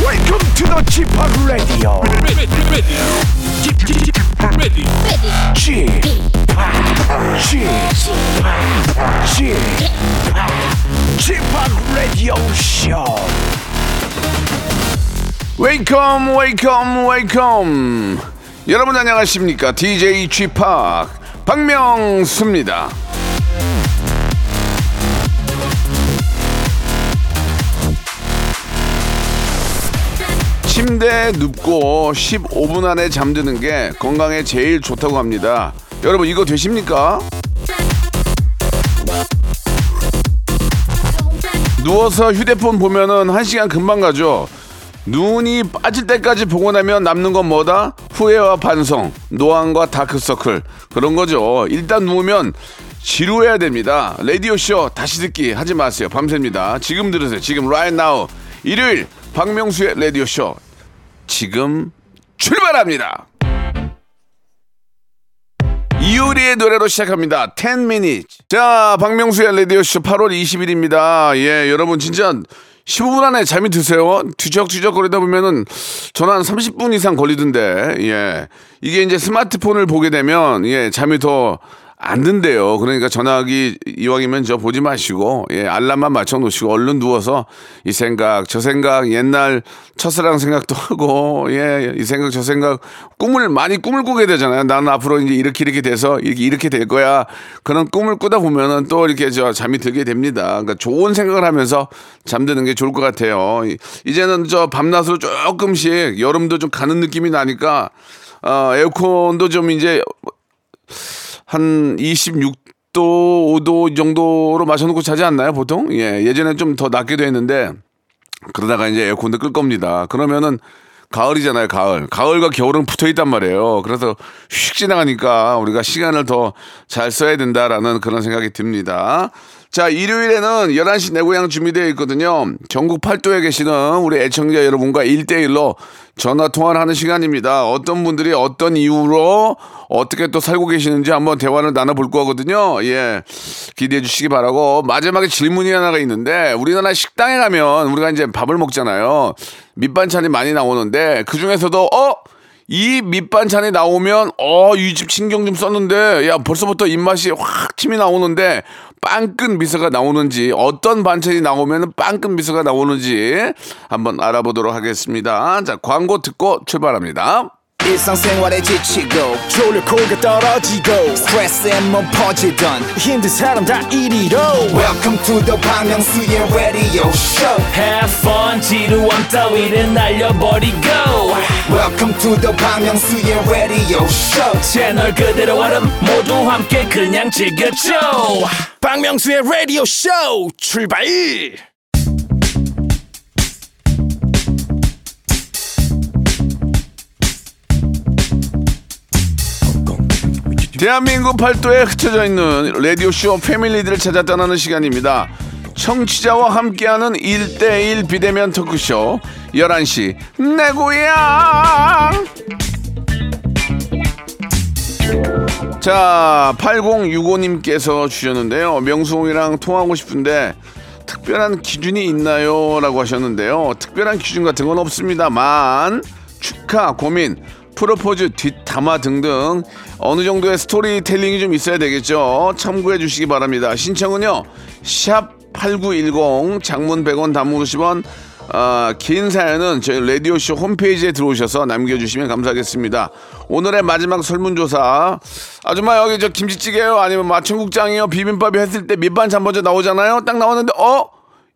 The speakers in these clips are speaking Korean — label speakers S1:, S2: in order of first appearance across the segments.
S1: Welcome to the g p o p Radio.
S2: ready, ready, ready, ready.
S1: g p o p G p o p Radio Show. Welcome, welcome, welcome. 여러분 안녕하십니까? DJ g p o p 박명수입니다. 침대에 눕고 15분 안에 잠드는 게 건강에 제일 좋다고 합니다. 여러분 이거 되십니까? 누워서 휴대폰 보면은 한시간 금방 가죠. 눈이 빠질 때까지 보고 나면 남는 건 뭐다? 후회와 반성, 노안과 다크서클 그런 거죠. 일단 누우면 지루해야 됩니다. 라디오 쇼 다시 듣기 하지 마세요. 밤새입니다. 지금 들으세요. 지금 right now 일요일 박명수의 라디오 쇼 지금 출발합니다. 이효리의 노래로 시작합니다. 10 minutes. 자, 박명수의 라디오쇼 8월 20일입니다. 예, 여러분 진짜 15분 안에 잠이 드세요. 뒤적뒤적 거리다 보면은 저는 한 30분 이상 걸리던데, 예. 이게 이제 스마트폰을 보게 되면, 예, 잠이 더 안 든대요. 그러니까 전화기 이왕이면 저 보지 마시고, 예, 알람만 맞춰놓으시고, 얼른 누워서 이 생각, 저 생각, 옛날 첫사랑 생각도 하고, 예, 이 생각, 저 생각, 꿈을 많이 꿈을 꾸게 되잖아요. 나는 앞으로 이제 이렇게 이렇게 돼서 이렇게 이렇게 될 거야. 그런 꿈을 꾸다 보면은 또 이렇게 저 잠이 들게 됩니다. 그러니까 좋은 생각을 하면서 잠드는 게 좋을 것 같아요. 이- 이제는 저 밤낮으로 조금씩 여름도 좀 가는 느낌이 나니까, 어, 에어컨도 좀 이제 한 26도, 5도 정도로 마셔놓고 자지 않나요, 보통? 예, 예전엔 좀 더 낮기도 했는데, 그러다가 이제 에어컨도 끌 겁니다. 그러면은, 가을이잖아요, 가을. 가을과 겨울은 붙어 있단 말이에요. 그래서 휙 지나가니까 우리가 시간을 더 잘 써야 된다라는 그런 생각이 듭니다. 자, 일요일에는 11시 내고향 준비되어 있거든요. 전국 팔도에 계시는 우리 애청자 여러분과 일대일로 전화 통화를 하는 시간입니다. 어떤 분들이 어떤 이유로 어떻게 또 살고 계시는지 한번 대화를 나눠볼 거거든요. 예. 기대해 주시기 바라고. 마지막에 질문이 하나가 있는데, 우리나라 식당에 가면 우리가 이제 밥을 먹잖아요. 밑반찬이 많이 나오는데, 그 중에서도, 어? 이 밑반찬이 나오면 어 이 집 신경 좀 썼는데 야 벌써부터 입맛이 확 침이 나오는데 빵끈 미소가 나오는지 어떤 반찬이 나오면 빵끈 미소가 나오는지 한번 알아보도록 하겠습니다. 자 광고 듣고 출발합니다.
S3: 일상생활에 지치고,
S4: 졸려 코가 떨어지고
S3: 스트레스에 몸 퍼지던,
S4: 힘든 사람 다 이리로
S3: welcome to the Bang Myung-soo's radio show
S5: Have fun 지루함 따위를 날려버리고
S3: welcome to the Bang Myung-soo's radio show
S5: 채널 그대로 와름 모두 함께 그냥 즐겨줘
S4: 박명수의 라디오 쇼 출발
S1: 대한민국 팔도에 흩어져 있는 라디오쇼 패밀리들을 찾아 떠나는 시간입니다. 청취자와 함께하는 1대1 비대면 토크쇼 11시 내 고향 자 8065님께서 주셨는데요. 명수홍이랑 통화하고 싶은데 특별한 기준이 있나요? 라고 하셨는데요. 특별한 기준 같은 건 없습니다만 축하, 고민, 프로포즈, 뒷담화 등등 어느 정도의 스토리텔링이 좀 있어야 되겠죠. 참고해 주시기 바랍니다. 신청은요. 샵 8910 장문 100원 단문 50원 아, 긴 사연은 저희 라디오쇼 홈페이지에 들어오셔서 남겨주시면 감사하겠습니다. 오늘의 마지막 설문조사. 아줌마 여기 저 김치찌개요? 아니면 마청국장이요? 비빔밥이 했을 때 밑반찬 먼저 나오잖아요? 딱 나오는데 어?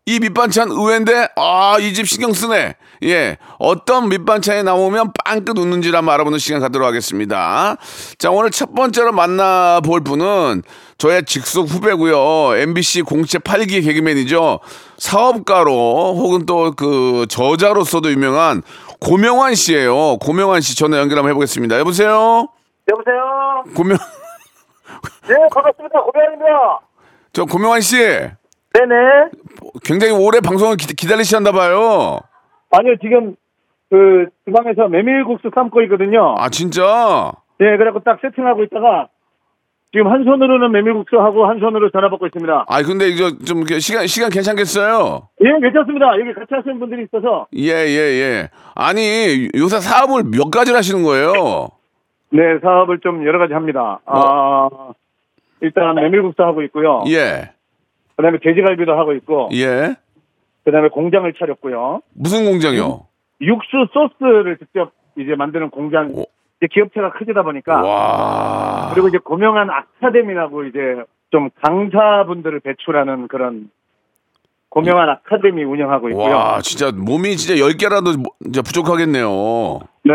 S1: 이 밑반찬 의외인데 아 이 집 신경 쓰네 예 어떤 밑반찬에 나오면 빵끝 웃는지 를 한번 알아보는 시간 갖도록 하겠습니다 자 오늘 첫 번째로 만나볼 분은 저의 직속 후배고요 MBC 공채 8기 개그맨이죠 사업가로 혹은 또 그 저자로서도 유명한 고명환 씨예요 고명환 씨 전화 연결 한번 해보겠습니다 여보세요
S6: 여보세요?
S1: 고명
S6: 네, 반갑습니다. 고양입니다.
S1: 저 고명환 씨
S6: 네네.
S1: 굉장히 오래 방송을 기, 기다리시나 봐요
S6: 아니요, 지금, 그, 주방에서 메밀국수 삶고 있거든요.
S1: 아 진짜
S6: 네, 그래갖고 딱 세팅하고 있다가, 지금 한 손으로는 메밀국수 하고 한 손으로 전화 받고 있습니다.
S1: 아 근데 이거 좀 이렇게 시간 시간 괜찮겠어요?
S6: 예, 괜찮습니다. 여기 같이 하시는 분들이 있어서.
S1: 예 예 예. 아니 요새 사업을 몇 가지를 하시는 거예요?
S6: 네, 사업을 좀 여러 가지 합니다. 아, 일단 메밀국수 하고 있고요.
S1: 어. 예
S6: 그 다음에 돼지갈비도 하고 있고.
S1: 예.
S6: 그 다음에 공장을 차렸고요.
S1: 무슨 공장이요?
S6: 육수 소스를 직접 이제 만드는 공장.
S1: 오.
S6: 이제 기업체가 크지다 보니까.
S1: 와.
S6: 그리고 이제 고명한 아카데미라고 이제 좀 강사분들을 배출하는 그런 고명한 아카데미 운영하고 있고요.
S1: 와 진짜 몸이 진짜 열 개라도 뭐- 이제 부족하겠네요.
S6: 네.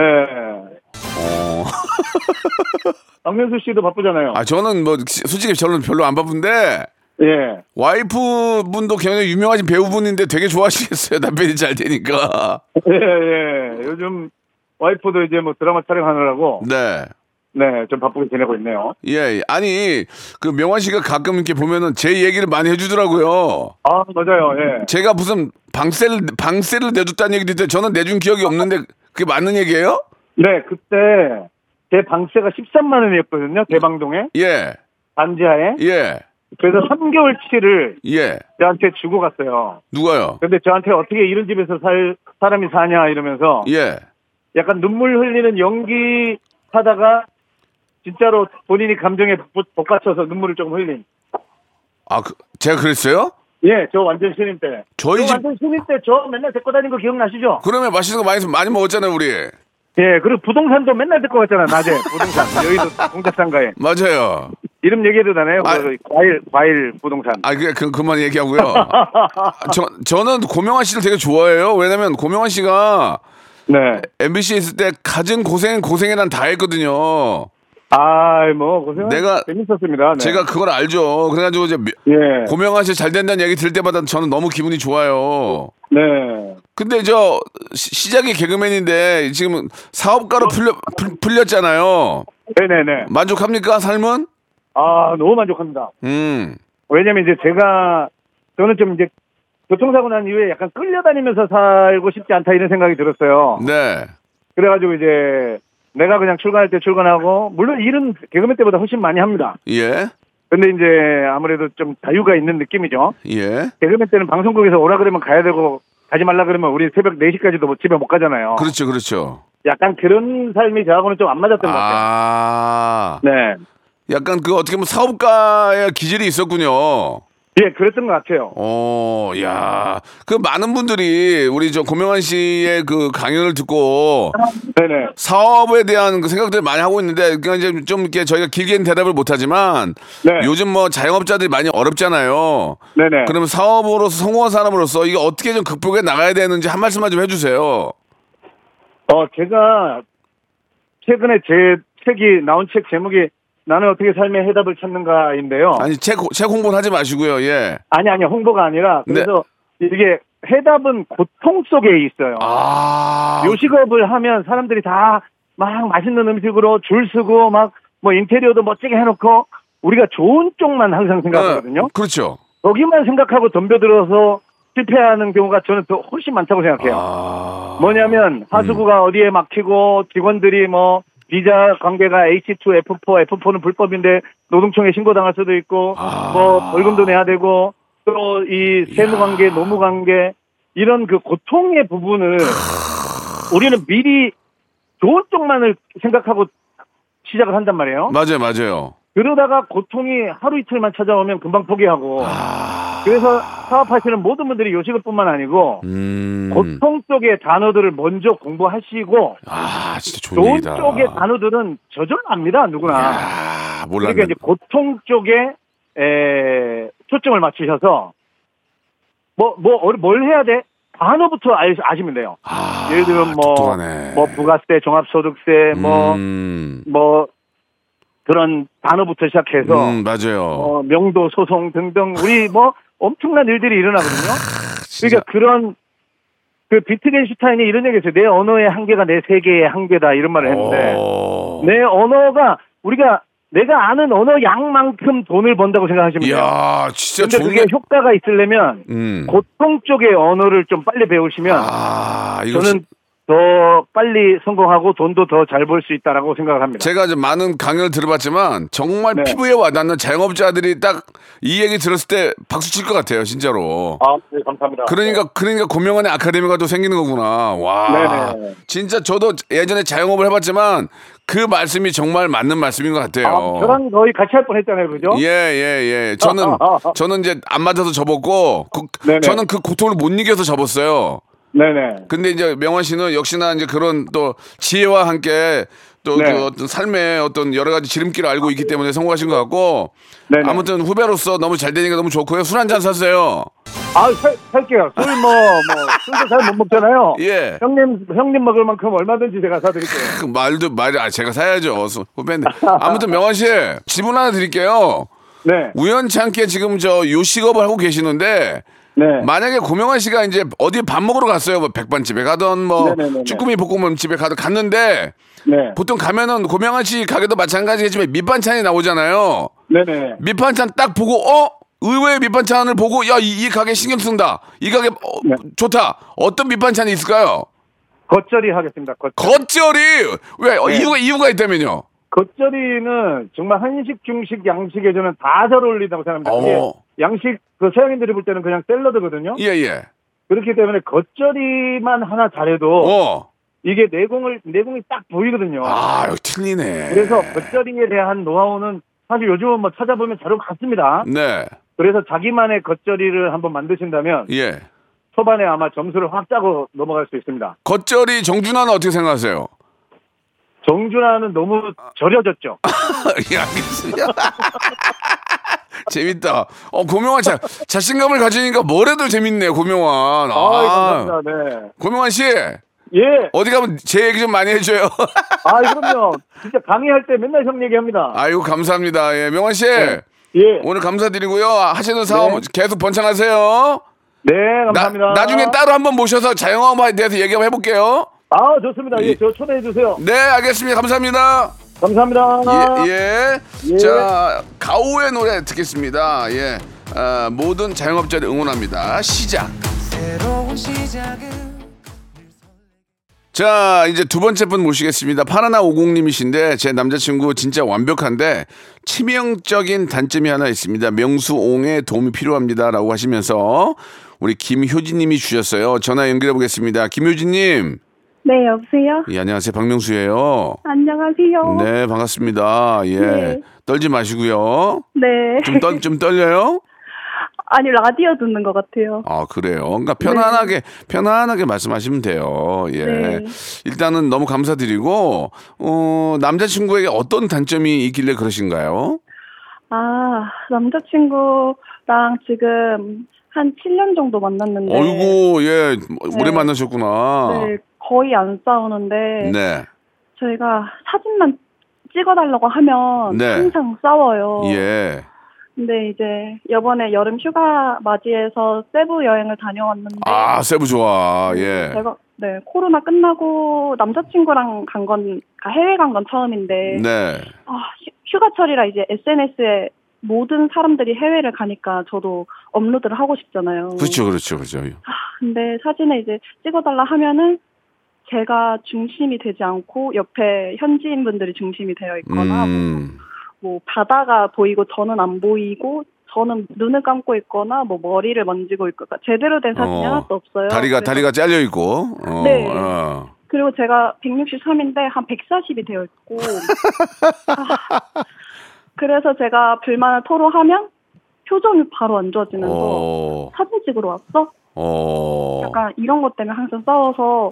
S6: 박명수 씨도 바쁘잖아요.
S1: 아 저는 뭐 시- 솔직히 저는 별로 안 바쁜데
S6: 예.
S1: 와이프분도 굉장히 유명하신 배우분인데 되게 좋아하시겠어요 남편이 잘 되니까.
S6: 예, 예. 요즘 와이프도 이제 뭐 드라마 촬영하느라고
S1: 네.
S6: 네, 좀 바쁘게 지내고 있네요.
S1: 예, 아니 그 명환 씨가 가끔 이렇게 보면은 제 얘기를 많이 해주더라고요.
S6: 아, 맞아요. 예.
S1: 제가 무슨 방세를 방세를 내줬다는 얘기 듣는데 저는 내준 기억이 없는데 그게 맞는 얘기예요?
S6: 네, 그때 제 방세가 13만 원이었거든요. 대방동에
S1: 예,
S6: 반지하에.
S1: 예,
S6: 그래서 3개월치를
S1: 예.
S6: 저한테 주고 갔어요.
S1: 누가요?
S6: 근데 저한테 어떻게 이런 집에서 살 사람이 사냐 이러면서
S1: 예.
S6: 약간 눈물 흘리는 연기 하다가 진짜로 본인이 감정에 부- 복받쳐서 눈물을 조금 흘린.
S1: 아, 그- 제가 그랬어요?
S6: 예, 저 완전 신인 때.
S1: 저희
S6: 저
S1: 집-
S6: 완전 신인 때 저 맨날 데리고 다닌 거 기억나시죠?
S1: 그러면 맛있는 거 많이 많이 먹었잖아요, 우리.
S6: 예, 그리고 부동산도 맨날 데리고 갔잖아, 낮에. 부동산. 여의도 공작상가에.
S1: 맞아요.
S6: 이름 얘기해도 되나요?
S1: 아.
S6: 그 과일, 과일 부동산.
S1: 아, 그, 그, 그만 얘기하고요. 아, 저, 저는 고명환 씨를 되게 좋아해요. 왜냐면 고명환 씨가
S6: 네.
S1: MBC에 있을 때 가진 고생, 고생에 난 다 했거든요.
S6: 아이, 뭐, 고생.
S1: 내가-
S6: 재밌었습니다. 네.
S1: 제가 그걸 알죠. 그래가지고 이제 미-
S6: 예.
S1: 고명환 씨 잘 된다는 얘기 들을 때마다 저는 너무 기분이 좋아요.
S6: 네.
S1: 근데 저 시- 시작이 개그맨인데 지금 사업가로 풀려, 풀, 풀렸잖아요.
S6: 네네네.
S1: 만족합니까, 삶은?
S6: 아, 너무 만족합니다.
S1: 음.
S6: 왜냐면 이제 제가 저는 좀 이제 교통사고 난 이후에 약간 끌려다니면서 살고 싶지 않다 이런 생각이 들었어요.
S1: 네.
S6: 그래가지고 이제 내가 그냥 출근할 때 출근하고 물론 일은 개그맨 때보다 훨씬 많이 합니다.
S1: 예.
S6: 근데 이제 아무래도 좀 자유가 있는 느낌이죠.
S1: 예.
S6: 개그맨 때는 방송국에서 오라 그러면 가야 되고 가지 말라 그러면 우리 새벽 4시까지도 뭐 집에 못 가잖아요.
S1: 그렇죠, 그렇죠.
S6: 약간 그런 삶이 저하고는 좀 안 맞았던 것 같아요.
S1: 아.
S6: 네.
S1: 약간 그 어떻게 보면 사업가의 기질이 있었군요.
S6: 예, 그랬던 것 같아요.
S1: 어, 야. 그 많은 분들이 우리 저 고명환 씨의 그 강연을 듣고
S6: 네네.
S1: 사업에 대한 그 생각들을 많이 하고 있는데 그냥 이제 좀 이렇게 저희가 길게는 대답을 못 하지만
S6: 네.
S1: 요즘 뭐 자영업자들이 많이 어렵잖아요.
S6: 네네.
S1: 그러면 사업으로서 성공한 사람으로서 이게 어떻게 좀 극복해 나가야 되는지 한 말씀만 좀 해주세요.
S6: 어, 제가 최근에 제 책이 나온 책 제목이 나는 어떻게 삶의 해답을 찾는가인데요.
S1: 아니 책, 책 홍보는 하지 마시고요. 예.
S6: 아니 아니 홍보가 아니라
S1: 네.
S6: 그래서 이게 해답은 고통 속에 있어요.
S1: 아.
S6: 요식업을 하면 사람들이 다 막 맛있는 음식으로 줄 서고 막 뭐 인테리어도 멋지게 해놓고 우리가 좋은 쪽만 항상 생각하거든요.
S1: 어, 그렇죠.
S6: 거기만 생각하고 덤벼들어서 실패하는 경우가 저는 더 훨씬 많다고 생각해요.
S1: 아. 음.
S6: 뭐냐면 하수구가 어디에 막히고 직원들이 뭐 비자 관계가 H2, F4, F4는 불법인데 노동청에 신고당할 수도 있고
S1: 아.
S6: 뭐 벌금도 내야 되고 또 이 세무 관계, 노무 관계 이런 그 고통의 부분을
S1: 아.
S6: 우리는 미리 좋은 쪽만을 생각하고 시작을 한단 말이에요.
S1: 맞아요, 맞아요.
S6: 그러다가 고통이 하루 이틀만 찾아오면 금방 포기하고 그래서 사업하시는 모든 분들이 요식업뿐만 아니고
S1: 아. 음.
S6: 고통 쪽의 단어들을 먼저 공부하시고
S1: 아, 진짜 좋은
S6: 좋은
S1: 얘기다.
S6: 쪽의 단어들은 저절합니다 누구나
S1: 아,
S6: 그러니까
S1: 몰랐네.
S6: 이제 고통 쪽에 에, 초점을 맞추셔서 뭐뭐뭘 해야 돼 단어부터 아, 아시면 돼요
S1: 아,
S6: 예를 들면 뭐 뭐
S1: 똑똑하네.
S6: 부가세 종합소득세 뭐
S1: 음,
S6: 뭐 그런 단어부터 시작해서
S1: 음, 맞아요.
S6: 뭐, 어, 명도 소송 등등 우리 뭐 엄청난 일들이 일어나거든요.
S1: 아, 진짜.
S6: 그러니까 그런 그 비트겐슈타인이 이런 얘기했어요. 내 언어의 한계가 내 세계의 한계다 이런 말을 했는데
S1: 어.
S6: 네,
S1: 오.
S6: 내 언어가 우리가 내가 아는 언어 양만큼 돈을 번다고 생각하시면 돼요.
S1: 이야, 진짜
S6: 그러니까. 근데
S1: 좋은.
S6: 그게 효과가 있으려면
S1: 음.
S6: 고통 쪽의 언어를 좀 빨리 배우시면
S1: 아, 이거
S6: 저는 더 빨리 성공하고 돈도 더 잘 벌 수 있다라고 생각합니다.
S1: 제가 이제 많은 강연을 들어봤지만 정말
S6: 네.
S1: 피부에 와닿는 자영업자들이 딱 이 얘기 들었을 때 박수 칠 것 같아요, 진짜로.
S6: 아, 네, 감사합니다.
S1: 그러니까 그러니까 고명환의 아카데미가 또 생기는 거구나. 와.
S6: 네네.
S1: 진짜 저도 예전에 자영업을 해봤지만 그 말씀이 정말 맞는 말씀인 것 같아요.
S6: 아, 저랑 거의 같이 할 뻔했잖아요, 그죠?
S1: 예, 예, 예. 저는, 저는 이제 안 맞아서 접었고, 그-
S6: 네네.
S1: 저는 그 고통을 못 이겨서 접었어요.
S6: 네네.
S1: 근데 이제 명환 씨는 역시나 이제 그런 또 지혜와 함께 또
S6: 네.
S1: 그 어떤 삶의 어떤 여러 가지 지름길을 알고 있기 때문에 성공하신 것 같고,
S6: 네네.
S1: 아무튼 후배로서 너무 잘 되니까 너무 좋고요. 술 한 잔 사세요.
S6: 아, 살, 살게요. 술 뭐, 뭐, 술도 잘 못 먹잖아요.
S1: 예.
S6: 형님, 형님 먹을 만큼 얼마든지 제가 사드릴게요.
S1: 그 말도 말이 아 제가 사야죠 수- 후배인데 아무튼 명환 씨 질문 하나 드릴게요
S6: 네.
S1: 우연찮게 지금 저 요식업을 하고 계시는데
S6: 네.
S1: 만약에 고명환 씨가 이제 어디 밥 먹으러 갔어요 뭐 백반집에 가던 뭐
S6: 네네네네.
S1: 쭈꾸미 볶음집에 가던 갔는데
S6: 네.
S1: 보통 가면은 고명환 씨 가게도 마찬가지겠지만 밑반찬이 나오잖아요
S6: 네네.
S1: 밑반찬 딱 보고 어 의외의 밑반찬을 보고 야 이 가게 신경 쓴다 이 가게 어,
S6: 네.
S1: 좋다 어떤 밑반찬이 있을까요
S6: 겉절이 하겠습니다. 겉,
S1: 겉절이 왜
S6: 네.
S1: 어, 이유가 이유가 있다면요
S6: 겉절이는 정말 한식, 중식, 양식에 저는 다 잘 어울린다고 생각합니다. 그게
S1: 어머.
S6: 양식, 그 서양인들이 볼 때는 그냥 샐러드거든요.
S1: 예, 예.
S6: 그렇기 때문에 겉절이만 하나 잘해도
S1: 어.
S6: 이게 내공을, 내공이 딱 보이거든요.
S1: 아, 이거 틀리네.
S6: 그래서 겉절이에 대한 노하우는 사실 요즘은 뭐 찾아보면 자료 같습니다.
S1: 네.
S6: 그래서 자기만의 겉절이를 한번 만드신다면
S1: 예.
S6: 초반에 아마 점수를 확 짜고 넘어갈 수 있습니다.
S1: 겉절이 정준하는 어떻게 생각하세요?
S6: 정준하는 너무 절여졌죠.
S1: 예, 알겠습니다. 재밌다. 어, 고명환 자, 자신감을 가지니까 뭐래도 재밌네요, 고명환.
S6: 아, 감사합니다. 네.
S1: 고명환 씨,
S6: 예.
S1: 어디 가면 제 얘기 좀 많이 해줘요.
S6: 아, 그럼요. 진짜 강의할 때 맨날 형 얘기합니다.
S1: 아이고, 어? 감사합니다. 예, 명환 씨.
S6: 예.
S1: 오늘 감사드리고요. 하시는 사업 계속 번창하세요.
S6: 네,
S1: 나,
S6: 감사합니다.
S1: 나중에 따로 한번 모셔서 자영업에 대해서 얘기 한번 해볼게요.
S6: 아, 좋습니다. 예, 저 초대해 주세요.
S1: 네, 알겠습니다. 감사합니다.
S6: 감사합니다.
S1: 예, 예.
S6: 예.
S1: 자, 가오의 노래 듣겠습니다. 예. 아, 모든 자영업자를 응원합니다. 시작. 자, 이제 두 번째 분 모시겠습니다. 파라나 50님이신데 제 남자친구 진짜 완벽한데 치명적인 단점이 하나 있습니다. 명수옹의 도움이 필요합니다라고 하시면서 우리 김효진 님이 주셨어요. 전화 연결해 보겠습니다. 김효진 님.
S7: 네, 여보세요?
S1: 예, 안녕하세요. 박명수예요.
S7: 안녕하세요.
S1: 네, 반갑습니다. 예.
S7: 네.
S1: 떨지 마시고요.
S7: 네.
S1: 좀, 떨, 좀 떨려요?
S7: 아니, 라디오 듣는 것 같아요.
S1: 아, 그래요. 그러니까 편안하게, 편안하게 말씀하시면 돼요. 예.
S7: 네.
S1: 일단은 너무 감사드리고, 어, 남자친구에게 어떤 단점이 있길래 그러신가요?
S7: 아, 남자친구랑 지금 한 7년 정도 만났는데.
S1: 어이구, 예. 오래
S7: 네.
S1: 만나셨구나.
S7: 네, 거의 안 싸우는데.
S1: 네.
S7: 저희가 사진만 찍어달라고 하면
S1: 네.
S7: 항상 싸워요. 네.
S1: 예.
S7: 근데 이제 이번에 여름 휴가 맞이해서 세부 여행을 다녀왔는데.
S1: 아, 세부 좋아. 예.
S7: 제가 네 코로나 끝나고 남자친구랑 간 건 그러니까 해외 간 건 처음인데
S1: 네.
S7: 아, 휴- 휴가철이라 이제 SNS에 모든 사람들이 해외를 가니까 저도 업로드를 하고 싶잖아요.
S1: 그렇죠, 그렇죠, 그렇죠.
S7: 근데 사진을 이제 찍어달라 하면은 제가 중심이 되지 않고 옆에 현지인 분들이 중심이 되어 있거나
S1: 음.
S7: 뭐 바다가 보이고 저는 안 보이고 저는 눈을 감고 있거나 뭐 머리를 만지고 있고 그러니까 제대로 된 사진이
S1: 어,
S7: 하나도 없어요.
S1: 다리가,
S7: 그래서-
S1: 다리가 잘려있고. 어,
S7: 네.
S1: 어.
S7: 그리고 제가 163인데 한 140이 되어 있고 아, 그래서 제가 불만을 토로하면 표정이 바로 안 좋아지면서
S1: 어.
S7: 사진 찍으러 왔어?
S1: 어.
S7: 약간 이런 것 때문에 항상 싸워서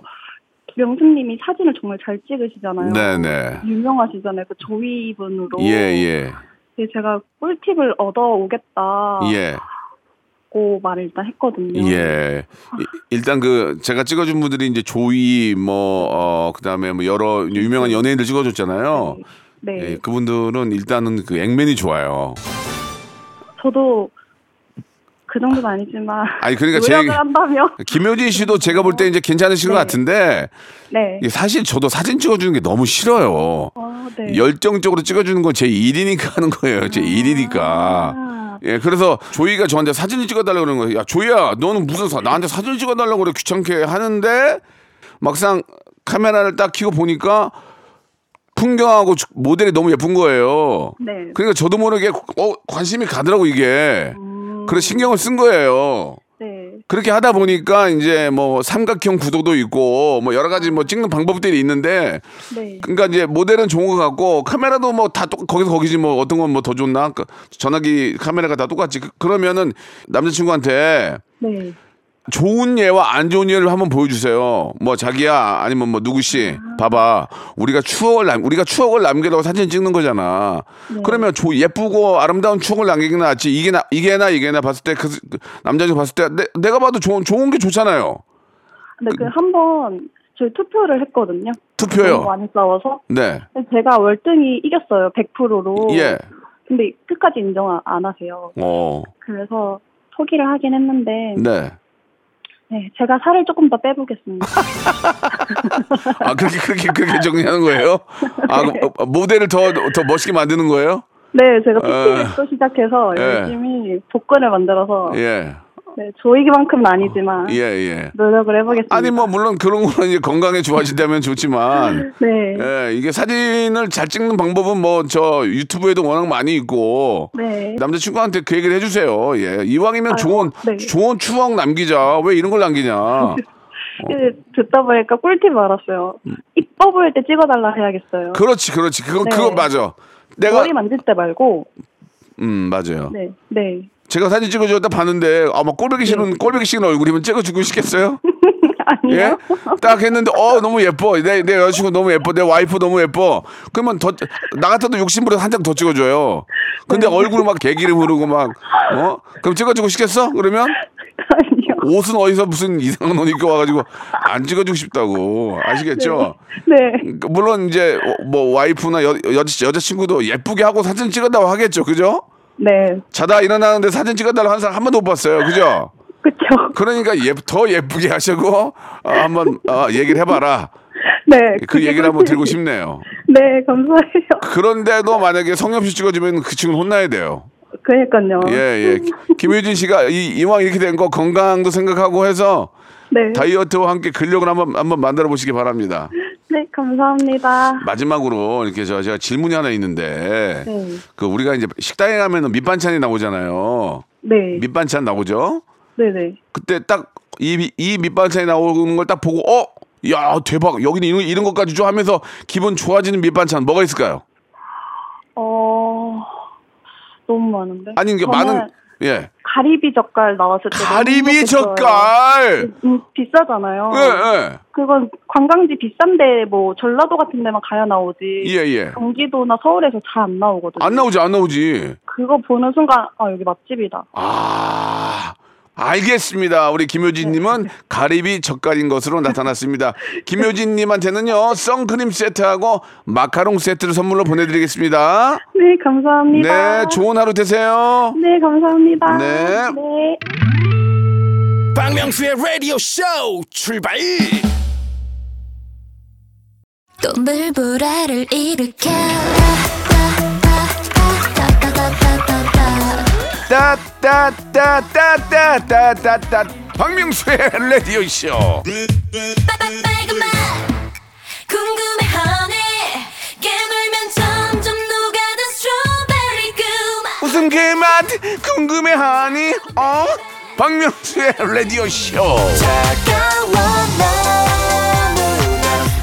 S7: 명수님이 사진을 정말 잘 찍으시잖아요.
S1: 네네.
S7: 유명하시잖아요. 그 조이분으로.
S1: 예, 예.
S7: 그래서 제가 꿀팁을 얻어오겠다고
S1: 예.
S7: 말을 일단 했거든요.
S1: 예. 이- 일단 그 제가 찍어준 분들이 이제 조이 뭐어 그다음에 뭐 여러 유명한 연예인들 찍어줬잖아요.
S7: 네.
S1: 예, 그분들은 일단은 그 액면이 좋아요.
S7: 저도 그 정도는 아니지만
S1: 아니 그러니까 제
S7: 노력을 한다면
S1: 김효진 씨도 제가 볼 때 이제 괜찮으신 것
S7: 네.
S1: 같은데
S7: 네.
S1: 이게 사실 저도 사진 찍어주는 게 너무 싫어요.
S7: 아, 네.
S1: 열정적으로 찍어주는 건 제 일이니까 하는 거예요. 제 일이니까.
S7: 아,
S1: 예, 그래서 조이가 저한테 사진을 찍어달라고 그러는 거예요. 야, 조이야, 너는 무슨 사, 나한테 사진 찍어달라고 그래 귀찮게 하는데 막상 카메라를 딱 켜고 보니까 풍경하고 주- 모델이 너무 예쁜 거예요.
S7: 네.
S1: 그러니까 저도 모르게 어, 관심이 가더라고 이게. 그래서 신경을 쓴 거예요.
S7: 네.
S1: 그렇게 하다 보니까 이제 뭐 삼각형 구도도 있고 뭐 여러 가지 뭐 찍는 방법들이 있는데
S7: 네.
S1: 그러니까 이제 모델은 좋은 것 같고 카메라도 뭐 다 거기서 거기지 뭐 어떤 건 뭐 더 좋나 그 전화기 카메라가 다 똑같지 그- 그러면은 남자친구한테
S7: 네.
S1: 좋은 예와 안 좋은 예를 한번 보여주세요. 뭐 자기야 아니면 뭐 누구 씨 봐봐 우리가 추억을 남 우리가 추억을 남기려고 사진 찍는 거잖아. 그러면 조, 예쁘고 아름다운 추억을 남기긴 낫지 이게 나 이게나 이게나 봤을 때 그 남자친구 봤을 때 내, 내가 봐도 좋은 좋은 게 좋잖아요.
S7: 근데 그 한 번 저희 투표를 했거든요. 너무
S1: 투표요.
S7: 많이 싸워서
S1: 네.
S7: 제가 월등히 이겼어요. 100%로.
S1: 예.
S7: 근데 끝까지 인정 안- 안 하세요.
S1: 어.
S7: 그래서 포기를 하긴 했는데
S1: 네.
S7: 네, 제가 살을 조금 더 빼보겠습니다.
S1: 아 그렇게 그렇게 그렇게 정리하는 거예요? 아 그, 어, 모델을 더 더 멋있게 만드는 거예요?
S7: 네, 제가
S1: 에.
S7: 피팅을 또 시작해서
S1: 아. 예.
S7: 열심히 복권을 만들어서
S1: 예.
S7: 네, 조이기만큼은 아니지만
S1: 예 예.
S7: 노력을 해보겠습니다.
S1: 아니 뭐 물론 그런 거는 이제 건강에 좋아진다면 좋지만
S7: 네,
S1: 예, 이게 사진을 잘 찍는 방법은 뭐 저 유튜브에도 워낙 많이 있고
S7: 네,
S1: 남자친구한테 그 얘기를 해주세요. 예, 이왕이면
S7: 아유,
S1: 좋은
S7: 네.
S1: 좋은 추억 남기자. 왜 이런 걸 남기냐?
S7: 그 듣다 보니까 꿀팁 알았어요.
S1: 음.
S7: 이뻐 보일 때 찍어달라 해야겠어요.
S1: 그렇지, 그렇지. 그건
S7: 네.
S1: 그건 맞아. 내가
S7: 머리 만질 때 말고
S1: 음 맞아요.
S7: 네, 네.
S1: 제가 사진 찍어줬다 봤는데 아막 뭐, 꼴보기 싫은 꼴보기 싫은 얼굴이면 찍어주고 싶겠어요?
S7: 아니요.
S1: 예? 딱 했는데 어 너무 예뻐 내, 내 여자친구 너무 예뻐 내 와이프 너무 예뻐 그러면 더 나 같아도 욕심부려 한 장 더 찍어줘요 근데 얼굴 막 개기름 흐르고 막어 그럼 찍어주고 싶겠어 그러면
S7: 아니요.
S1: 옷은 어디서 무슨 이상한 옷 입고 와가지고 안 찍어주고 싶다고 아시겠죠
S7: 네,
S1: 그, 물론 이제 어, 뭐 와이프나 여, 여, 여자친구도 예쁘게 하고 사진 찍었다고 하겠죠 그죠
S7: 네,
S1: 자다 일어나는데 사진 찍어달라고 하는 사람 한 번도 못 봤어요 그죠
S7: 그쵸.
S1: 그러니까 예, 더 예쁘게 하시고 어, 한번 어, 얘기를 해봐라
S7: 네,
S1: 그
S7: 그게
S1: 얘기를 한번 드리고
S7: 꿀팁이에요.
S1: 싶네요.
S7: 네, 감사해요.
S1: 그런데도 만약에 성엽씨 찍어주면 그 친구는 혼나야 돼요.
S7: 그러니까요.
S1: 예, 예. 김유진 씨가 이, 이왕 이렇게 된 거 건강도 생각하고 해서
S7: 네,
S1: 다이어트와 함께 근력을 한번, 한번 만들어 보시기 바랍니다.
S7: 네, 감사합니다.
S1: 마지막으로 이렇게 저, 제가 질문이 하나 있는데
S7: 네.
S1: 그 우리가 이제 식당에 가면은 밑반찬이 나오잖아요.
S7: 네,
S1: 밑반찬 나오죠?
S7: 네, 네.
S1: 그때 딱 이 이 밑반찬이 나오는 걸 딱 보고 어? 야 대박 여기는 이런, 이런 것까지 줘 하면서 기분 좋아지는 밑반찬 뭐가 있을까요?
S7: 어 너무 많은데.
S1: 아니 이게
S7: 저는
S1: 많은 예
S7: 가리비 젓갈 나왔을 때 네, 너무
S1: 가리비
S7: 행복했어요.
S1: 젓갈.
S7: 음, 비싸잖아요.
S1: 예,
S7: 그건 관광지 비싼데 뭐 전라도 같은 데만 가야 나오지.
S1: 예. 예, 예.
S7: 경기도나 서울에서 잘 안 나오거든요.
S1: 안 나오지, 안 나오지.
S7: 그거 보는 순간 아 여기 맛집이다.
S1: 아, 알겠습니다. 우리 김효진님은
S7: 네.
S1: 가리비 젓갈인 것으로 나타났습니다. 김효진님한테는요, 선크림 세트하고 마카롱 세트를 선물로 보내드리겠습니다.
S7: 네 감사합니다.
S1: 네, 좋은 하루 되세요.
S7: 네 감사합니다.
S1: 네.
S7: 네.
S4: 박명수의 라디오 쇼 출발
S8: 똥불보라를 일으켜 따따따따따따따따따.
S1: 따따따따따따따따. 박명수의 라디오쇼.
S8: 빨간맛 궁금해하네 깨물면 점점 녹아든 스트로베리 그
S1: 무슨 개맛 궁금해하니, 어? 박명수의 라디오쇼.
S8: 차가워 너무나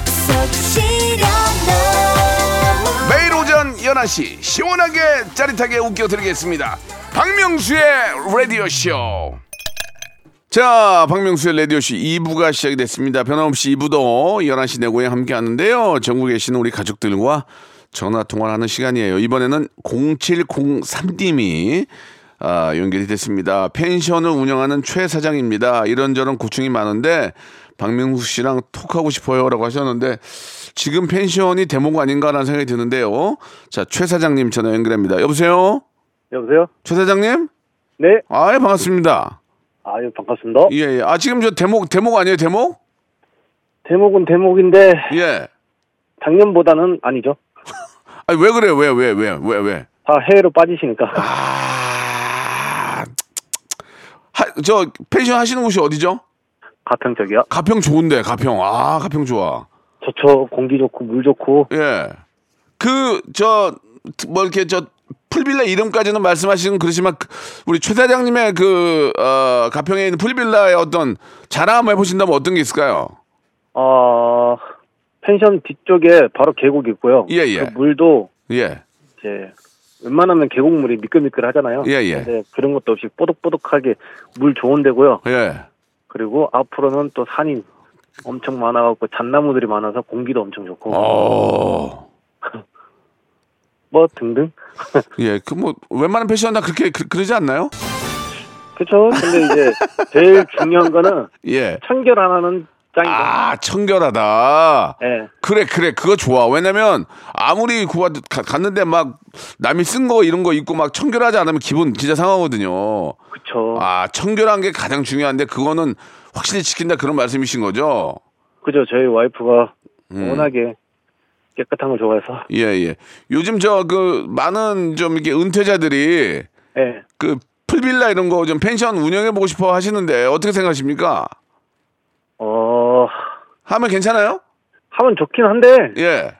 S8: 속시려 너무
S1: 매일 오전 11시 시원하게 짜릿하게 웃겨드리겠습니다. 박명수의 라디오쇼. 자, 박명수의 라디오쇼 2부가 시작이 됐습니다. 변함없이 2부도 11시 네 내고에 함께 하는데요. 전국에 계시는 우리 가족들과 전화 통화를 하는 시간이에요. 이번에는 0703님이 아, 연결이 됐습니다. 펜션을 운영하는 최 사장입니다. 이런저런 고충이 많은데 박명수 씨랑 톡하고 싶어요라고 하셨는데 지금 펜션이 대목 아닌가라는 생각이 드는데요. 자, 최 사장님 전화 연결합니다. 여보세요?
S6: 여보세요?
S1: 최 사장님?
S6: 네.
S1: 아, 예, 반갑습니다.
S6: 아유, 반갑습니다.
S1: 예, 예. 아, 지금 저 대목, 대목 아니에요, 대목?
S6: 대목은 대목인데,
S1: 예.
S6: 작년보다는 아니죠.
S1: 아니, 왜 그래요? 왜, 왜, 왜, 왜, 왜?
S6: 다 해외로 빠지시니까.
S1: 아, 하, 저, 펜션 하시는 곳이 어디죠?
S6: 가평 쪽이요.
S1: 가평 좋은데, 가평. 아, 가평 좋아.
S6: 좋죠. 공기 좋고 물 좋고.
S1: 예. 그, 저, 뭐, 이렇게, 저, 풀빌라 이름까지는 말씀하시는 그러시만, 그- 우리 최 사장님의 그, 어, 가평에 있는 풀빌라의 어떤 자랑 한번 해보신다면 어떤 게 있을까요?
S6: 아 펜션 뒤쪽에 바로 계곡이 있고요.
S1: 예, 예.
S6: 그 물도
S1: 예.
S6: 이제 웬만하면 계곡물이 미끌미끌하잖아요.
S1: 예, 예.
S6: 근데 그런 것도 없이 뽀득뽀득하게 물 좋은 데고요.
S1: 예.
S6: 그리고 앞으로는 또 산이 엄청 많아갖고 잣나무들이 많아서 공기도 엄청 좋고
S1: 어.
S6: 뭐 등등.
S1: 예. 그, 뭐, 웬만한 패션 다 그렇게, 그, 그러지 않나요?
S6: 그렇죠. 근데 이제 제일 중요한 거는
S1: 예.
S6: 청결 하나는 짱이다.
S1: 아, 청결하다.
S6: 예.
S1: 그래, 그래. 그거 좋아. 왜냐면, 아무리 구가 가- 갔는데 막, 남이 쓴 거 이런 거 있고 막 청결하지 않으면 기분 진짜 상하거든요.
S6: 어. 그쵸.
S1: 아 청결한 게 가장 중요한데 그거는 확실히 지킨다 그런 말씀이신 거죠?
S6: 그죠. 저희 와이프가
S1: 음.
S6: 워낙에 깨끗한 걸 좋아해서.
S1: 예 예. 요즘 저 그 많은 좀 이렇게 은퇴자들이
S6: 예.
S1: 그 풀빌라 이런 거 좀 펜션 운영해 보고 싶어 하시는데 어떻게 생각하십니까?
S6: 어,
S1: 하면 괜찮아요?
S6: 하면 좋긴 한데,
S1: 예.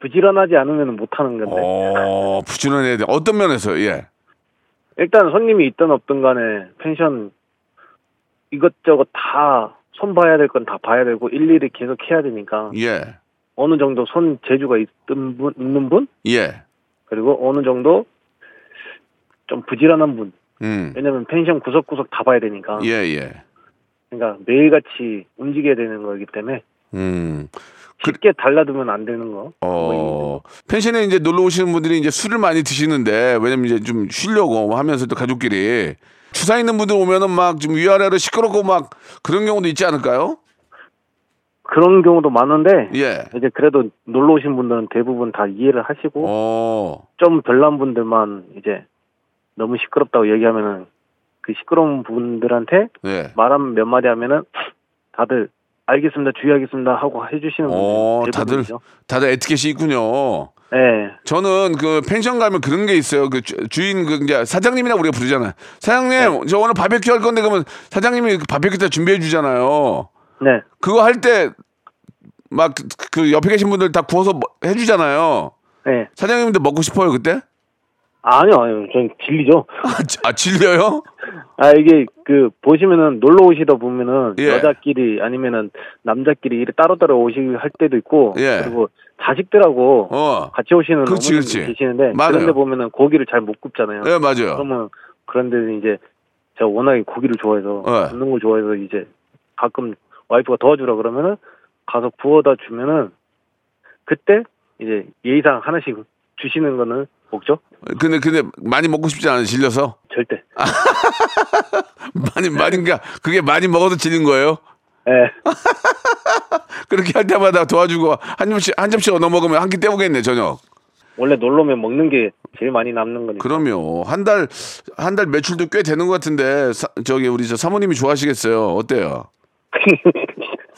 S6: 부지런하지 않으면 못하는 건데.
S1: 어 부지런해야 돼. 어떤 면에서 예.
S6: 일단 손님이 있든 없든 간에 펜션 이것저것 다 손봐야 될 건 다 봐야 되고 일일이 계속 해야 되니까
S1: 예.
S6: 어느 정도 손 재주가 있던 분, 있는 분
S1: 예.
S6: 그리고 어느 정도 좀 부지런한 분
S1: 음.
S6: 왜냐면 펜션 구석구석 다 봐야 되니까
S1: 예 예.
S6: 그러니까 매일같이 움직여야 되는 거기 때문에
S1: 음.
S6: 쉽게 달라두면 안 되는 거
S1: 어, 펜션에 이제 놀러 오시는 분들이 이제 술을 많이 드시는데, 왜냐면 이제 좀 쉬려고 하면서 또 가족끼리. 주사 있는 분들 오면은 막 좀 위아래로 시끄럽고 막 그런 경우도 있지 않을까요?
S6: 그런 경우도 많은데
S1: 예.
S6: 이제 그래도 놀러 오신 분들은 대부분 다 이해를 하시고
S1: 어,
S6: 좀 별난 분들만 이제 너무 시끄럽다고 얘기하면은 그 시끄러운 분들한테
S1: 예.
S6: 말하면 몇 마디 하면은 다들 알겠습니다 주의하겠습니다 하고 해주시는
S1: 어,
S6: 분들
S1: 다들,
S6: 대부분이죠.
S1: 다들 에티켓이 있군요.
S6: 예
S1: 저는 그 펜션 가면 그런 게 있어요. 그 주- 주인 그 이제 사장님이나 우리가 부르잖아요.
S6: 네.
S1: 사장님, 저 오늘 바베큐 할 건데 그러면 사장님이 그 바베큐 때 준비해 주잖아요.
S6: 네
S1: 그거 할 때 막 그 옆에 계신 분들 다 구워서 뭐- 해주잖아요.
S6: 예.
S1: 사장님도 먹고 싶어요 그때?
S6: 아니요 아니요 전 진리죠
S1: 아, 지- 아 질려요?
S6: 아 이게 그 보시면은 놀러 오시다 보면은
S1: 예.
S6: 여자끼리 아니면은 남자끼리 이렇게 따로따로 오시기 할 때도 있고
S1: 예.
S6: 그리고 자식들하고
S1: 어.
S6: 같이 오시는
S1: 그렇지,
S6: 어머님들
S1: 그렇지.
S6: 계시는데
S1: 맞아요.
S6: 그런데 보면은 고기를 잘 못 굽잖아요
S1: 예 맞아요.
S6: 그러면 그런데 이제 제가 워낙에 고기를 좋아해서
S1: 네.
S6: 굽는 걸 좋아해서 이제 가끔 와이프가 도와주라 그러면은 가서 구워다 주면은 그때 이제 예의상 하나씩 주시는 거는 먹죠
S1: 근데 근데 많이 먹고 싶지 않아요 질려서
S6: 절대
S1: 많이 많이 그러니까 그게 많이 먹어서 질린 거예요.
S6: 예
S1: 그렇게 할 때마다 도와주고 한 접시 한 접시 얻어 먹으면 한 끼 때우겠네 저녁.
S6: 원래 놀러면 먹는 게 제일 많이 남는 거니까
S1: 그럼요 한 달 한 달 매출도 꽤 되는 것 같은데 사- 저기 우리 저 사모님이 좋아하시겠어요 어때요?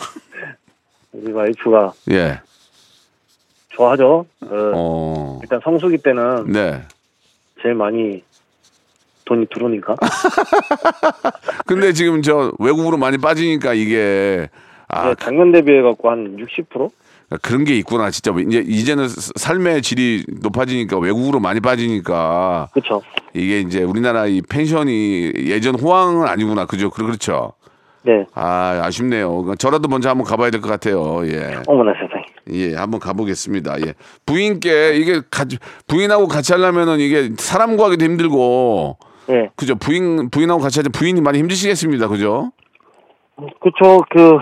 S6: 우리 와이프가
S1: 예.
S6: 좋아하죠 그
S1: 어.
S6: 일단 성수기 때는
S1: 네.
S6: 제일 많이 돈이 들어오니까
S1: 근데 지금 저 외국으로 많이 빠지니까 이게 아
S6: 예, 작년 대비해 갖고 한 60%?
S1: 그런 게 있구나 진짜 이제 이제는 스- 삶의 질이 높아지니까 외국으로 많이 빠지니까
S6: 그쵸
S1: 이게 이제 우리나라 이 펜션이 예전 호황은 아니구나 그죠 그- 그렇죠
S6: 네
S1: 아 아쉽네요 그러니까 저라도 먼저 한번 가봐야 될 것 같아요 예예 예,
S6: 어머나 세상에
S1: 한번 가보겠습니다 예 부인께 이게 같이- 부인하고 같이 하려면은 이게 사람 구하기도 힘들고
S6: 예
S1: 그죠 부인 부인하고 같이 하자 부인이 많이 힘드시겠습니다 그죠
S6: 그쵸, 그,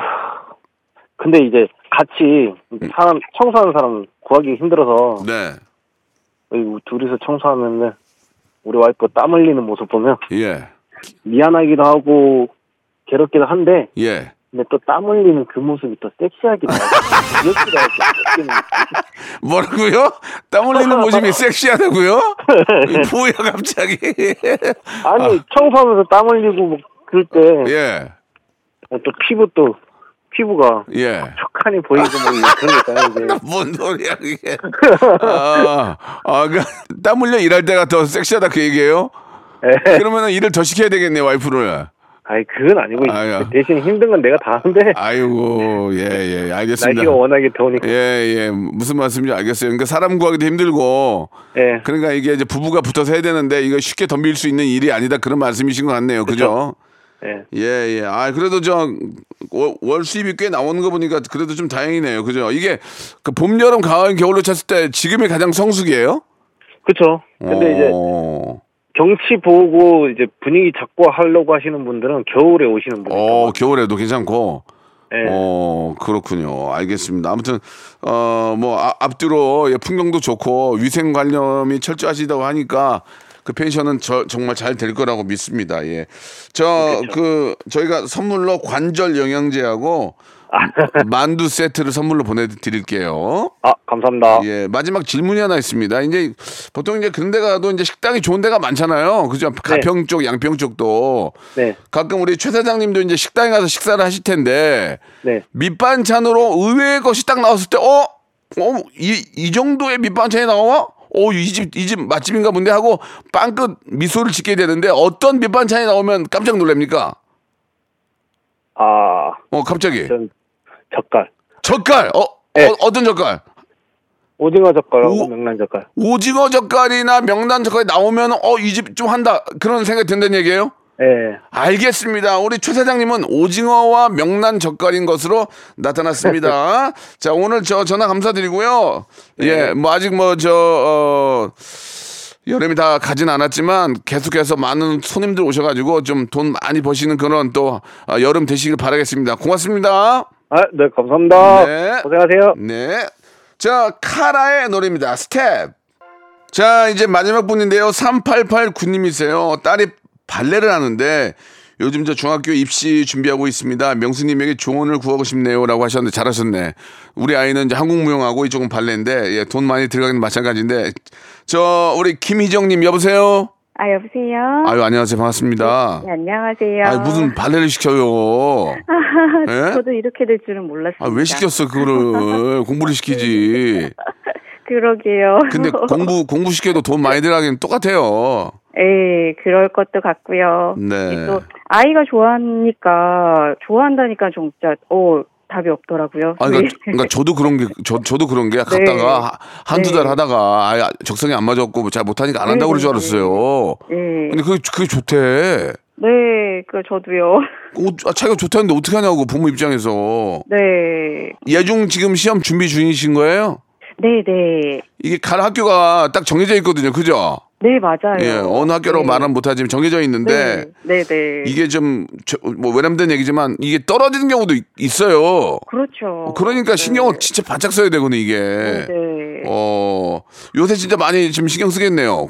S6: 근데 이제 같이 사람, 청소하는 사람 구하기 힘들어서,
S1: 음. 네
S6: 여기 둘이서 청소하면은, 우리 와이프 땀 흘리는 모습 보면,
S1: 예
S6: 미안하기도 하고, 괴롭기도 한데,
S1: 예.
S6: 근데 또 땀 흘리는 그 모습이 또 섹시하기도 하고, 귀엽기도 하고, 웃기는.
S1: 뭐라고요? 땀 흘리는 모습이 섹시하다고요? 뭐야 갑자기?
S6: 아니, 청소하면서 땀 흘리고, 뭐 그럴 때,
S1: 예,
S6: 또 피부 또, 피부가
S1: 예.
S6: 촉하니 보이고, 뭐, 그런 거 있잖아요, 이제.
S1: 뭔 소리야 이게? 아, 아, 그러니까 땀 흘려 일할 때가 더 섹시하다 그 얘기예요?
S6: 예.
S1: 그러면은 일을 더 시켜야 되겠네 와이프를.
S6: 아,
S9: 아이 그건 아니고
S1: 아야.
S9: 대신 힘든 건 내가 다 하는데
S1: 아이고 예예 알겠습니다.
S9: 날씨가 워낙에 더우니까 예.
S1: 예예 무슨 말씀인지 알겠어요. 그러니까 사람 구하기도 힘들고
S9: 예.
S1: 그러니까 이게 이제 부부가 붙어서 해야 되는데 이거 쉽게 덤빌 수 있는 일이 아니다 그런 말씀이신 것 같네요. 그죠?
S9: 예.
S1: 예, 예. 아, 그래도 저 월 수입이 꽤 나오는 거 보니까 그래도 좀 다행이네요. 그죠? 이게 그 봄, 여름, 가을, 겨울로 쳤을 때 지금이 가장 성수기예요?
S9: 그렇죠. 근데 이제
S1: 어,
S9: 경치 보고 이제 분위기 잡고 하려고 하시는 분들은 겨울에 오시는 분들.
S1: 어, 겨울에도 괜찮고.
S9: 예.
S1: 어, 그렇군요. 알겠습니다. 아무튼 어, 뭐 아- 앞뒤로 예, 풍경도 좋고 위생 관념이 철저하시다고 하니까 그 펜션은 저, 정말 잘 될 거라고 믿습니다. 예. 저 그 저희가 선물로 관절 영양제하고 만두 세트를 선물로 보내 드릴게요.
S9: 아 감사합니다.
S1: 예, 마지막 질문이 하나 있습니다. 이제 보통 이제 그런 데 가도 이제 식당이 좋은 데가 많잖아요. 그죠? 가평 쪽, 양평 쪽도.
S9: 네.
S1: 가끔 우리 최 사장님도 이제 식당에 가서 식사를 하실 텐데
S9: 네.
S1: 밑반찬으로 의외의 것이 딱 나왔을 때 어? 어? 이, 이 정도의 밑반찬이 나와? 어, 이 집, 이 집 맛집인가 본데 하고 빵끝 미소를 짓게 되는데 어떤 밑반찬이 나오면 깜짝 놀랍니까?
S9: 아,
S1: 어, 갑자기.
S9: 전 젓갈.
S1: 젓갈! 어,
S9: 네.
S1: 어 어떤 젓갈?
S9: 오징어 젓갈하고
S1: 오.
S9: 명란 젓갈.
S1: 오징어 젓갈이나 명란 젓갈이 나오면 어 이 집 좀 한다 그런 생각이 든다는 얘기예요?
S9: 예.
S1: 알겠습니다. 우리 최 사장님은 오징어와 명란 젓갈인 것으로 나타났습니다. 자 오늘 저 전화 감사드리고요. 예, 뭐 아직 뭐 저 어, 여름이 다 가진 않았지만 계속해서 많은 손님들 오셔가지고 좀 돈 많이 버시는 그런 또 아, 여름 되시길 바라겠습니다. 고맙습니다.
S9: 아, 네, 감사합니다.
S1: 네.
S9: 고생하세요.
S1: 네. 자, 카라의 노래입니다. 스텝. 자, 이제 마지막 분인데요. 3889님이세요. 딸이 발레를 하는데 요즘 저 중학교 입시 준비하고 있습니다. 명수님에게 조언을 구하고 싶네요. 라고 하셨는데 잘하셨네. 우리 아이는 이제 한국무용하고 이쪽은 발레인데, 예, 돈 많이 들어가긴 마찬가지인데. 저, 우리 김희정님, 여보세요?
S7: 아 여보세요.
S1: 아유, 안녕하세요. 반갑습니다.
S7: 네, 안녕하세요.
S1: 아 무슨 발레를 시켜요. 예?
S7: 저도 이렇게 될 줄은 몰랐습니다.
S1: 아, 왜 시켰어, 그거를. 공부를 시키지.
S7: 그러게요.
S1: 근데 공부 공부 시켜도 돈 많이 들어가긴 똑같아요.
S7: 예, 그럴 것도 같고요.
S1: 네.
S7: 또 아이가 좋아하니까 좋아한다니까 좀 진짜 어 답이 없더라고요. 네.
S1: 아, 그러니까, 그러니까 저도 그런 게 저, 저도 그런 게 갔다가 하- 한두
S7: 네.
S1: 달 하다가 아예 적성이 안 맞았고 잘 못하니까 안 한다고 그럴 줄 알았어요.
S7: 네,
S1: 근데 그게 그게 좋대.
S7: 네, 그 저도요.
S1: 어, 아, 자기가 좋다는데 어떻게 하냐고 부모 입장에서.
S7: 네,
S1: 예중 지금 시험 준비 중이신 거예요?
S7: 네, 네,
S1: 이게 갈 학교가 딱 정해져 있거든요, 그죠?
S7: 네 맞아요.
S1: 예, 어느 학교라고 말은 못하지만 정해져 있는데
S7: 네, 네,
S1: 이게 좀 뭐 외람된 얘기지만 이게 떨어지는 경우도 있- 있어요.
S7: 그렇죠.
S1: 그러니까 신경을 진짜 바짝 써야 되거든 이게.
S7: 네, 네.
S1: 어 요새 진짜 많이 지금 신경 쓰겠네요.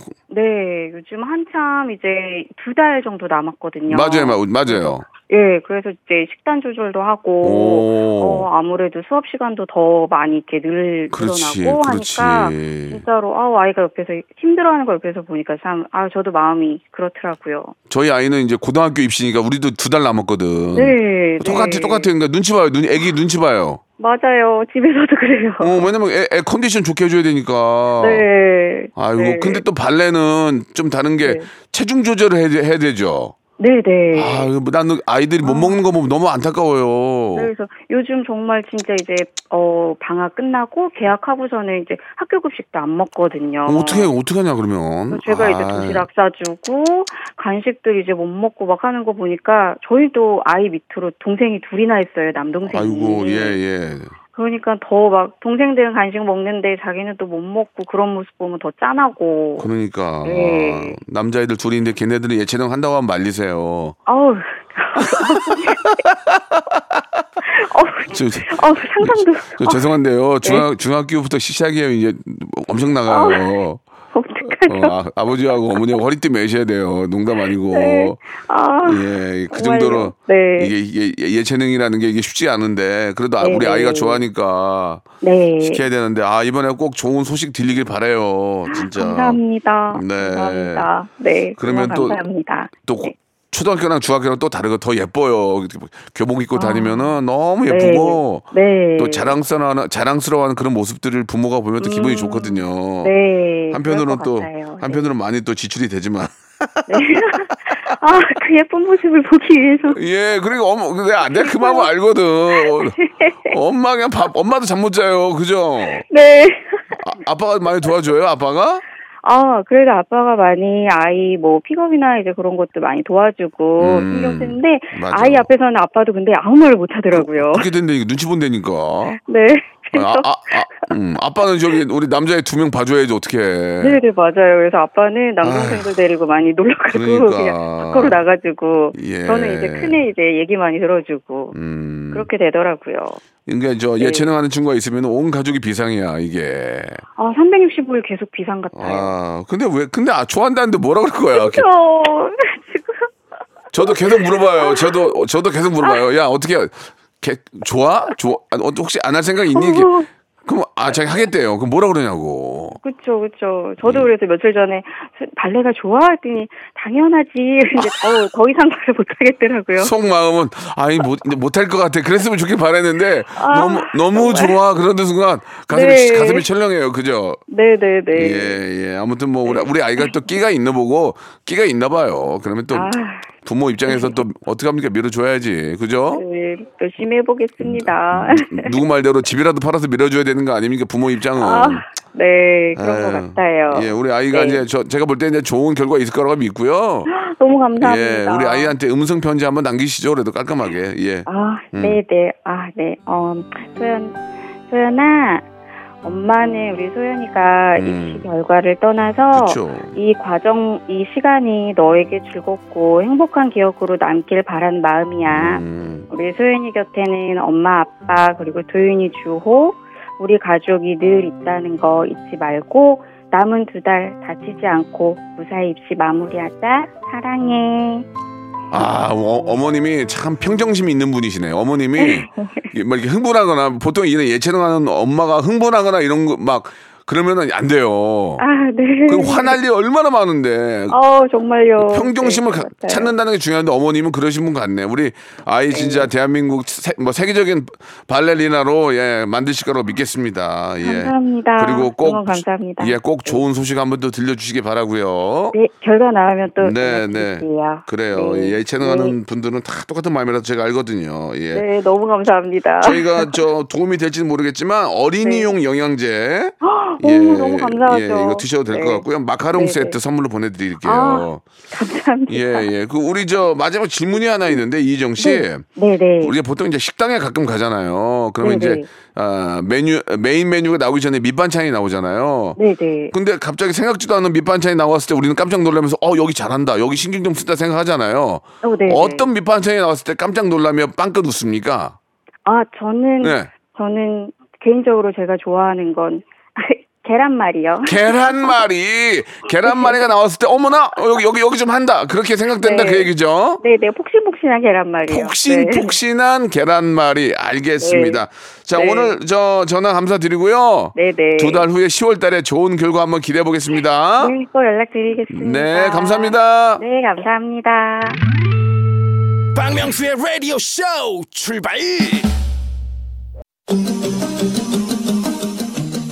S7: 네, 요즘 한참 이제 두 달 정도 남았거든요.
S1: 맞아요, 마- 맞아요.
S7: 예, 그래서 이제 식단 조절도 하고
S1: 오,
S7: 어, 아무래도 수업 시간도 더 많이 이렇게 늘
S1: 그렇지,
S7: 늘어나고
S1: 그렇지.
S7: 하니까 진짜로 아우 아이가 옆에서 힘들어하는 걸 옆에서 보니까 참 아 저도 마음이 그렇더라고요.
S1: 저희 아이는 이제 고등학교 입시니까 우리도 두 달 남았거든.
S7: 네,
S1: 음. 똑같아,
S7: 네.
S1: 똑같아. 그러니까 눈치 봐요. 눈, 애기 눈치 봐요.
S7: 맞아요. 집에서도 그래요.
S1: 어, 왜냐면 애, 애 컨디션 좋게 해줘야 되니까.
S7: 네.
S1: 아이고,
S7: 네.
S1: 근데 또 발레는 좀 다른 게
S7: 네.
S1: 체중 조절을 해야, 돼- 해야 되죠.
S7: 네, 네.
S1: 아, 이거 나는 아이들이 못 먹는 거 보면 너무 안타까워요.
S7: 그래서 요즘 정말 진짜 이제 어 방학 끝나고 개학하고 저는 이제 학교 급식도 안 먹거든요.
S1: 어떻게, 어떻게 하냐, 그러면.
S7: 제가 이제
S1: 아이.
S7: 도시락 싸주고 간식들 이제 못 먹고 막 하는 거 보니까 저희도 아이 밑으로 동생이 둘이나 있어요 남동생이.
S1: 아이고, 예, 예.
S7: 그러니까 더 막 동생들은 간식 먹는데 자기는 또 못 먹고 그런 모습 보면 더 짠하고.
S1: 그러니까
S7: 네.
S1: 남자애들 둘인데 걔네들은 예체능 한다고 하면 말리세요.
S7: 아우. 어우,
S1: 저, 저-
S7: 어우, 상상도.
S1: 저
S7: 어,
S1: 죄송한데요.
S7: 네.
S1: 중학 중학교부터 시작이에요. 이제 엄청 나가요.
S7: 어, 어떡하죠?
S1: 어, 아, 버지하고 어머니하고 허리띠 매셔야 돼요. 농담 아니고.
S7: 네. 아.
S1: 예, 그
S7: 정말요.
S1: 정도로
S7: 네.
S1: 이게 예, 예체능이라는 게 이게 쉽지 않은데 그래도 아,
S7: 네,
S1: 우리 아이가
S7: 네.
S1: 좋아하니까
S7: 네.
S1: 시켜야 되는데 아 이번에 꼭 좋은 소식 들리길 바래요. 진짜.
S7: 감사합니다.
S1: 네.
S7: 감사합니다. 네.
S1: 그러면
S7: 정말
S1: 또-
S7: 감사합니다.
S1: 또
S7: 네.
S1: 초등학교랑 중학교랑 또 다르고 더 예뻐요. 뭐 교복 입고 다니면은 너무
S7: 아. 네.
S1: 예쁘고
S7: 네.
S1: 또 자랑스러워하는 자랑스러워하는 그런 모습들을 부모가 보면 또 기분이
S7: 음.
S1: 좋거든요.
S7: 네.
S1: 한편으로는
S7: 그럴 것
S1: 또
S7: 같아요.
S1: 한편으로는 많이 또 지출이 되지만
S7: 네. 아, 그 예쁜 모습을 보기 위해서.
S1: 예, 그리고 엄, 내가, 내가 그 마음 알거든. 엄마 그냥 밥, 엄마도 잠 못 자요. 그죠?
S7: 네.
S1: 아, 아빠가 많이 도와줘요, 아빠가?
S7: 아, 그래도 아빠가 많이 아이 뭐 픽업이나 이제 그런 것도 많이 도와주고
S1: 음,
S7: 신경 쓰는데
S1: 맞아.
S7: 아이 앞에서는 아빠도 근데 아무 말을 못 하더라고요.
S1: 그렇게 된다니 눈치 본다니까.
S7: 네. 그래서
S1: 아, 아, 아, 음, 아빠는 저기, 우리 남자애 두 명 봐줘야지, 어떻게.
S7: 네, 네, 맞아요. 그래서 아빠는 남동생도 데리고 많이 놀러 가고
S1: 그러니까.
S7: 그냥 밖으로 나가지고
S1: 예.
S7: 저는 이제 큰애 이제 얘기 많이 들어주고
S1: 음.
S7: 그렇게 되더라고요.
S1: 그러니까 저
S7: 네.
S1: 예체능 하는 친구가 있으면 온 가족이 비상이야, 이게.
S7: 아, 365일 계속 비상 같아요.
S1: 아, 근데 왜, 근데 아, 좋아한다는데 뭐라 그럴 거야.
S7: 저 어, 지금
S1: 저도 계속 물어봐요. 저도 저도 계속 물어봐요. 야 어떻게 개, 좋아? 좋아? 아니, 어, 혹시 안 할 생각 있니? 이게.
S7: 어.
S1: 그럼 아 자기 하겠대요. 그럼 뭐라 그러냐고.
S7: 그쵸, 그쵸. 저도
S1: 음.
S7: 그래서 며칠 전에 발레가 좋아? 했더니 당연하지. 근데 어, 더 이상 말을 못하겠더라고요.
S1: 속 마음은 아니 뭐, 못못할 것 같아. 그랬으면 좋길 바랬는데
S7: 아,
S1: 너무 너무 좋아. 그러는 순간 가슴이
S7: 네.
S1: 가슴이 철렁해요. 그죠?
S7: 네네네. 네.
S1: 예, 예. 아무튼 뭐 우리, 우리 아이가 또 끼가 있나 보고 끼가 있나 봐요. 그러면 또
S7: 아.
S1: 부모 입장에서 또 어떻게 합니까? 밀어줘야지. 그죠?
S7: 네, 열심히
S1: 음,
S7: 해보겠습니다.
S1: 누구 말대로 집이라도 팔아서 밀어줘야 되는 거 아닙니까? 부모 입장은.
S7: 아, 네, 그런
S1: 아유,
S7: 것 같아요.
S1: 예, 우리 아이가
S7: 네.
S1: 이제 저 제가 볼 때 이제 좋은 결과 있을 거라고 믿고요.
S7: 너무 감사합니다.
S1: 예, 우리 아이한테 음성 편지 한번 남기시죠. 그래도 깔끔하게. 예.
S7: 아,
S1: 음.
S7: 네네. 아, 네. 어, 소연, 소연아, 엄마는 우리 소연이가
S1: 음.
S7: 입시 결과를 떠나서
S1: 그렇죠.
S7: 이 과정, 이 시간이 너에게 즐겁고 행복한 기억으로 남길 바란 마음이야.
S1: 음,
S7: 우리 소연이 곁에는 엄마, 아빠, 그리고 도윤이, 주호, 우리 가족이 늘 있다는 거 잊지 말고 남은 두 달 다치지 않고 무사히 입시 마무리하자. 사랑해.
S1: 아, 어, 머님이참 평정심이 있는 분이시네요. 어머님이 이게 막 이렇게 흥분하거나 보통 이런 예체능하는 엄마가 흥분하거나 이런 거 막 그러면은 안 돼요.
S7: 아, 네.
S1: 그럼 화날 일이 얼마나 많은데.
S7: 어, 정말요.
S1: 평정심을
S7: 네,
S1: 가-
S7: 맞아요.
S1: 찾는다는 게 중요한데 어머님은 그러신 분 같네. 우리 아이 진짜 대한민국 세, 뭐 세계적인 발레리나로 예, 만드실 거라고 믿겠습니다. 예.
S7: 감사합니다.
S1: 그리고 꼭
S7: 너무 감사합니다.
S1: 예, 꼭 좋은 소식 한번 더 들려주시기 바라고요.
S7: 네, 결과 나오면 또
S1: 네, 네.
S7: 전화드릴게요.
S1: 그래요.
S7: 네.
S1: 예, 채널 하는 분들은 다 똑같은 마음이라서 제가 알거든요. 예.
S7: 네, 네, 너무 감사합니다.
S1: 저희가 저 도움이 될지는 모르겠지만 어린이용 영양제
S7: 오, 네. 너무 감사하죠.
S1: 예, 이거 드셔도 될 것
S7: 네.
S1: 같고요. 마카롱
S7: 네,
S1: 세트
S7: 네.
S1: 선물로 보내드릴게요.
S7: 아, 감사합니다.
S1: 예, 예. 그 우리 저 마지막 질문이 하나 있는데 이정 씨.
S7: 네, 네.
S1: 우리가 보통 이제 식당에 가끔 가잖아요. 그러면
S7: 네,
S1: 이제
S7: 네.
S1: 아, 메뉴 메인 메뉴가 나오기 전에 밑반찬이 나오잖아요.
S7: 네, 네.
S1: 근데 갑자기 생각지도 않은 밑반찬이 나왔을 때 우리는 깜짝 놀라면서 어 여기 잘한다 여기 신경 좀 쓴다 생각하잖아요.
S7: 어, 네, 네.
S1: 어떤 밑반찬이 나왔을 때 깜짝 놀라며 빵긋 웃습니까?
S7: 아, 저는
S1: 네.
S7: 저는 개인적으로 제가 좋아하는 건 계란말이요.
S1: 계란말이 계란말이가 나왔을 때 어머나 어, 여기 여기 여기 좀 한다 그렇게 생각된다
S7: 네.
S1: 그 얘기죠.
S7: 네, 네. 폭신폭신한 계란말이요.
S1: 폭신
S7: 네.
S1: 폭신한 계란말이 알겠습니다. 자
S7: 네.
S1: 오늘 저 전화 감사드리고요.
S7: 네, 네.
S1: 두 달 후에 10월 달에 좋은 결과 한번 기대해 보겠습니다.
S7: 네, 꼭 연락드리겠습니다.
S1: 네, 감사합니다.
S7: 네, 감사합니다.
S4: 박명수의 라디오 쇼 출발.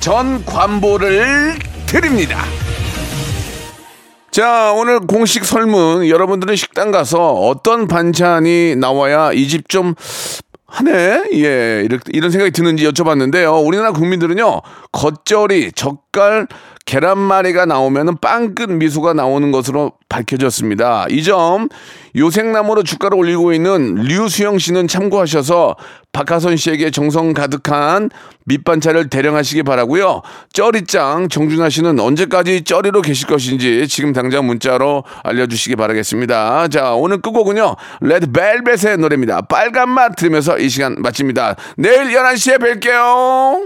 S1: 전 관보를 드립니다. 자, 오늘 공식 설문 여러분들은 식당 가서 어떤 반찬이 나와야 이 집 좀 하네? 예, 이렇게, 이런 생각이 드는지 여쭤봤는데요. 우리나라 국민들은요, 겉절이, 젓갈, 계란말이가 나오면은 빵끝 미소가 나오는 것으로 밝혀졌습니다. 이 점 요생나무로 주가를 올리고 있는 류수영 씨는 참고하셔서 박하선 씨에게 정성 가득한 밑반찬을 대령하시기 바라고요. 쩌리짱 정준하 씨는 언제까지 쩌리로 계실 것인지 지금 당장 문자로 알려주시기 바라겠습니다. 자 오늘 끝곡은요. 레드벨벳의 노래입니다. 빨간맛 들으면서 이 시간 마칩니다. 내일 11시에 뵐게요.